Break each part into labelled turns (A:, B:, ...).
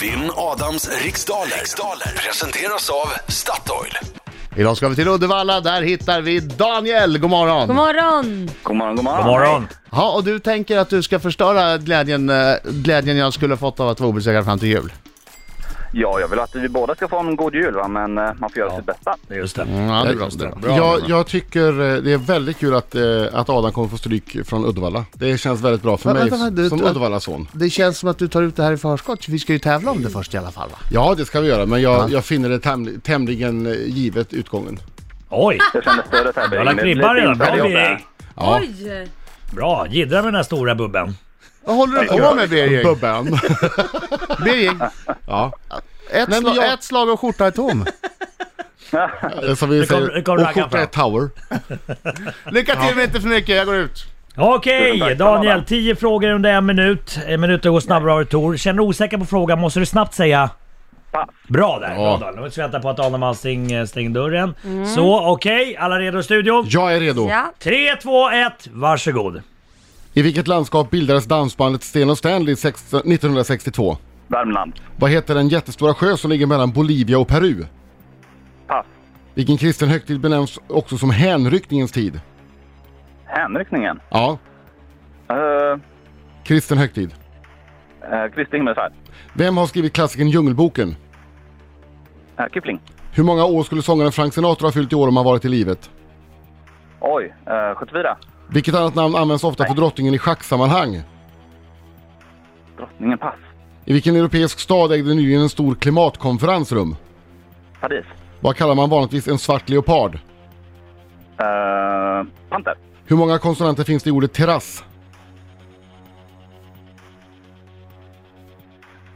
A: Vinn Adams riksdaler. riksdaler presenteras av Statoil.
B: Idag ska vi till Uddevalla, där hittar vi Daniel. God morgon!
C: God morgon!
D: God morgon, god morgon.
E: God morgon!
B: Ja, och du tänker att du ska förstöra glädjen, eh, glädjen jag skulle fått av att vara obesegrad fram till jul?
D: Ja, jag vill att vi båda ska få en god jul, va? men eh, man får göra sitt bästa.
E: Just det.
B: Mm, ja, det är bra.
F: jag, jag tycker eh, det är väldigt kul att, eh, att Adam kommer få stryk från Uddevalla. Det känns väldigt bra för
B: Men
F: mig
B: vänta, vänta, du-
F: som
B: du-
F: Uddevallason.
B: Det känns som att du tar ut det här i förskott. Vi ska ju tävla om det först i alla fall va?
F: Ja, det ska vi göra, men jag,
B: Ja.
F: jag finner det täml- tämligen eh, givet utgången.
E: Oj!
D: Jag kände stödet här.
E: Jag
D: Birgit.
E: har lagt
D: Det är lite
E: ribban redan. Bra,
D: inside jobb här.
E: Birger.
F: Ja.
C: Oj!
E: Bra, jiddra med den här stora bubben.
B: Vad håller du på
D: jag-
B: med Birger?
F: Bubben.
B: Birger,
F: ja.
B: ett,
F: men
B: sla-
F: jag-
B: ett slag och skjorta är tom.
F: Eh, Som vi
E: Det kommer- det
F: säger,
E: kommer
F: och
E: ragga
F: skjorta är tower.
B: Lycka till men inte för mycket, jag går ut.
D: Tusen
E: Okej,
D: tack,
E: Daniel.
D: Adam.
E: 10 frågor under en minut. En minut går snabbare har du Tor. Känner du osäker på frågan måste du snabbt säga
D: Pass.
E: Bra där, bra
F: Ja.
E: Daniel. Nu vänta på att Adam Alsing eh, stänger dörren. Så okej, alla redo i studion?
F: Jag är redo.
C: Ja.
E: 3, 2, 1, varsågod.
F: I vilket landskap bildades dansbandet Sten Stanley 16- 1962?
D: Värmland.
F: Vad heter den jättestora sjö som ligger mellan Bolivia och Peru?
D: Pass.
F: Vilken kristen högtid benämns också som hänryckningens tid?
D: Hänryckningen.
F: Ja,
D: Uh,
F: kristen högtid.
D: uh, Kristi himmelsfärd.
F: Vem har skrivit klassikern Djungelboken?
D: Eh, Kipling.
F: Hur många år skulle sångaren Frank Sinatra ha fyllt i år om han varit i livet?
D: Oj, eh, 74.
F: Vilket annat namn används ofta för drottningen i schacksammanhang?
D: Drottningen pass.
F: I vilken europeisk stad ägde nyligen en stor klimatkonferens rum?
D: Paris.
F: Vad kallar man vanligtvis en svart leopard?
D: Uh, panter.
F: Hur många konsonanter finns det i ordet terrass?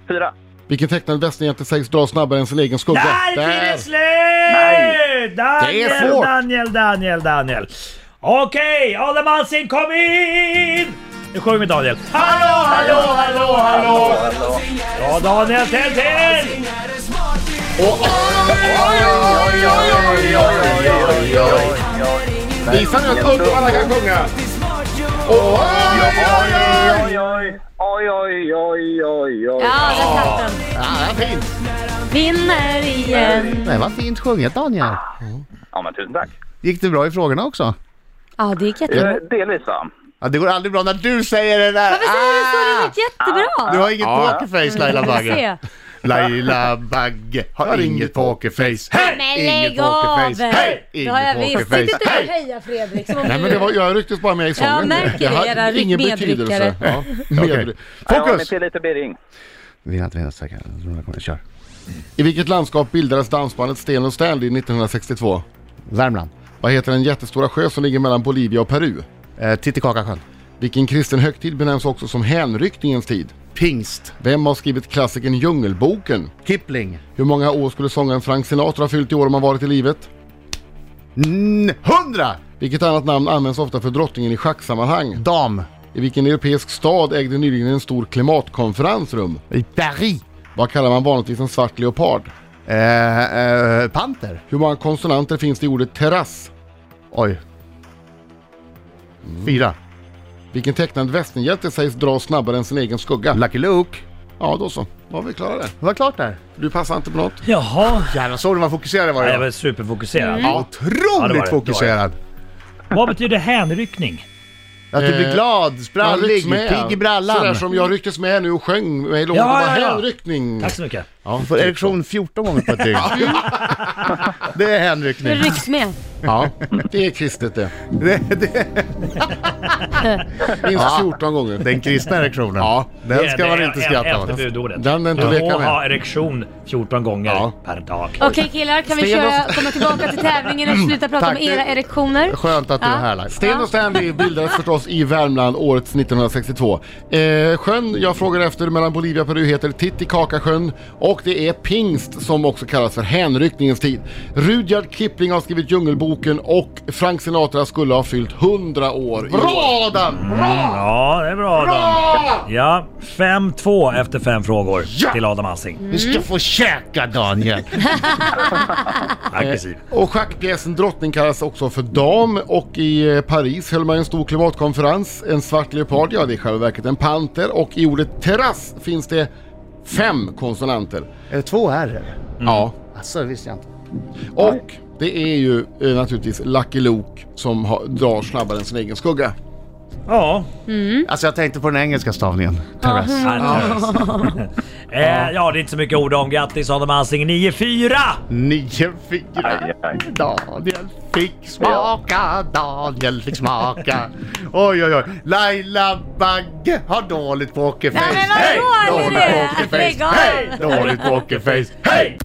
D: Fyra.
F: Vilken tecknad västernjätte sägs dra snabbare än sin egen skugga?
E: Där är det slut!
B: Det
E: Daniel,
B: är svårt.
E: Daniel, Daniel, Daniel. Okej, Adam Alsing kom in! Nu sjunger vi Daniel. Hallå, hallå, hallå, hallå! Ja, Daniel Telltell!
F: Visa nu att Uddevalla kan sjunga!
D: Oj, oj, oj, oj, oj, oj, oj.
C: Ja, där satt den.
B: Ja, det är fint.
C: Vinner igen.
B: Det var fint sjunget Daniel.
D: Ja, men tusen tack.
B: Gick det bra i frågorna också?
C: Ja, det gick jättebra.
D: Eh, delvis, va?
B: Ja, det går aldrig bra när du säger det där.
C: Varför säger du så? Det
B: Ah!
C: gick jättebra.
B: Du har inget pokerface Laila
C: Vi får
B: Bagge.
C: se.
B: Laila Bagge har inget pokerface. Hej!
C: Men
B: Inget
C: lägg av!
B: pokerface. Hej!
C: Det har jag
B: Inget
C: visst.
B: pokerface.
C: Sitt inte och
B: Hej!
C: heja Fredrik som om
F: Nej men det var, jag rycktes bara med i sången.
C: Jag märker det,
F: hade
C: era
F: ingen
C: medryckare.
F: betydelse. Ja,
B: Okej.
F: medry-
D: Jag håller mig
B: Fokus!
D: till lite Birging.
B: Vinna inte vinna sträckan. Jag tror jag kommer- Kör.
F: I vilket landskap bildades dansbandet Sten Stanley 1962?
B: Värmland.
F: Vad heter den jättestora sjö som ligger mellan Bolivia och Peru?
B: Eh, Titicacasjön.
F: Vilken kristen högtid benämns också som hänryckningens tid?
B: Pingst.
F: Vem har skrivit klassikern Djungelboken?
B: Kipling.
F: Hur många år skulle sångaren Frank Sinatra ha fyllt i år om han varit i livet?
B: Mm, 100!
F: Vilket annat namn används ofta för drottningen i schacksammanhang?
B: Dam.
F: I vilken europeisk stad ägde nyligen en stor klimatkonferens rum?
B: I Paris.
F: Vad kallar man vanligtvis en svart leopard?
B: Eh, eh, panter.
F: Hur många konsonanter finns det i ordet terrass?
B: Oj. Fyra.
F: Vilken tecknad västernhjälte sägs dra snabbare än sin egen skugga?
B: Lucky Luke.
F: Ja, då så. Då har vi klarat det.
B: Det var klart
E: Mm.
B: där.
F: Du passar inte på något.
E: Jaha.
B: Jävlar, såg du vad fokuserad var
E: Ja, jag
B: jag?
E: var
B: Ja,
E: superfokuserad. Ja, det var
B: otroligt
E: det.
B: fokuserad.
E: Vad betyder hänryckning?
B: Att du blir
F: Eh,
B: glad,
F: Man
B: sprallig,
F: rycks med.
B: pigg i brallan.
F: Sådär som jag rycktes med nu och sjöng med i låten.
E: Ja,
F: Ja,
E: ja, ja.
F: Hänryckning.
E: Tack så mycket.
B: Ja, typ får
E: typ
B: erektion 14 gånger på ett dygn. det är
C: Det
B: hänryckning.
C: rycks med.
F: Ja, det är kristet det.
B: Det, det,
F: Minst 14 gånger.
B: den kristna erektionen.
F: Ja.
B: Den ska
E: Det är
B: man
E: det
B: inte
E: e-
B: skratta
E: Efter
B: åt.
E: budordet.
F: Den är inte att
E: Du
F: leka
E: får
F: med.
E: ha erektion 14 gånger
F: Ja.
E: per dag.
C: Okej killar, kan vi
F: Sten och-
C: köra, komma tillbaka till tävlingen och sluta prata
B: Tack,
C: om era
B: det-
C: erektioner?
B: Skönt att du är
C: Ja.
B: här Laila.
F: Sten och Stanley bildades förstås i Värmland året 1962. Eh, sjön jag frågar efter mellan Bolivia och Peru heter Titicacasjön och det är pingst som också kallas för hänryckningens tid. Rudyard Kipling har skrivit Djungelboken och Frank Sinatra skulle ha fyllt 100 år i år.
B: Bra Adam! Bra!
E: Ja, det är bra Adam. Ja, 5-2 efter fem frågor till Adam Alsing.
B: Du ska få käka Daniel.
E: Aggressiv.
F: Och schackpjäsen Drottning kallas också för dam och i eh, Paris höll man en stor klimatkonferens. En svart leopard, ja det är i själva verket en panter och i ordet terrass finns det fem konsonanter.
B: Är det två R eller?
C: Mm.
F: Ja.
B: Alltså, det visste jag inte.
F: Och det är ju eh, naturligtvis Lucky Luke som har, drar snabbare än sin egen skugga.
E: Ja.
B: Alltså jag tänkte på den engelska stavningen. Therese.
E: Eh, ja, det är inte så mycket ord om. Grattis Adam Alsing, 9-4!
B: 9-4.
D: Aj, aj.
B: Daniel fick smaka, Daniel fick smaka. Oj, oj, oj. Laila Bagge har dåligt pokerface.
C: Nej, men
B: Hej!
C: vadå, Liré?
B: Dåligt pokerface.
C: Lägg av.
B: Hej! Dåligt pokerface. Hej!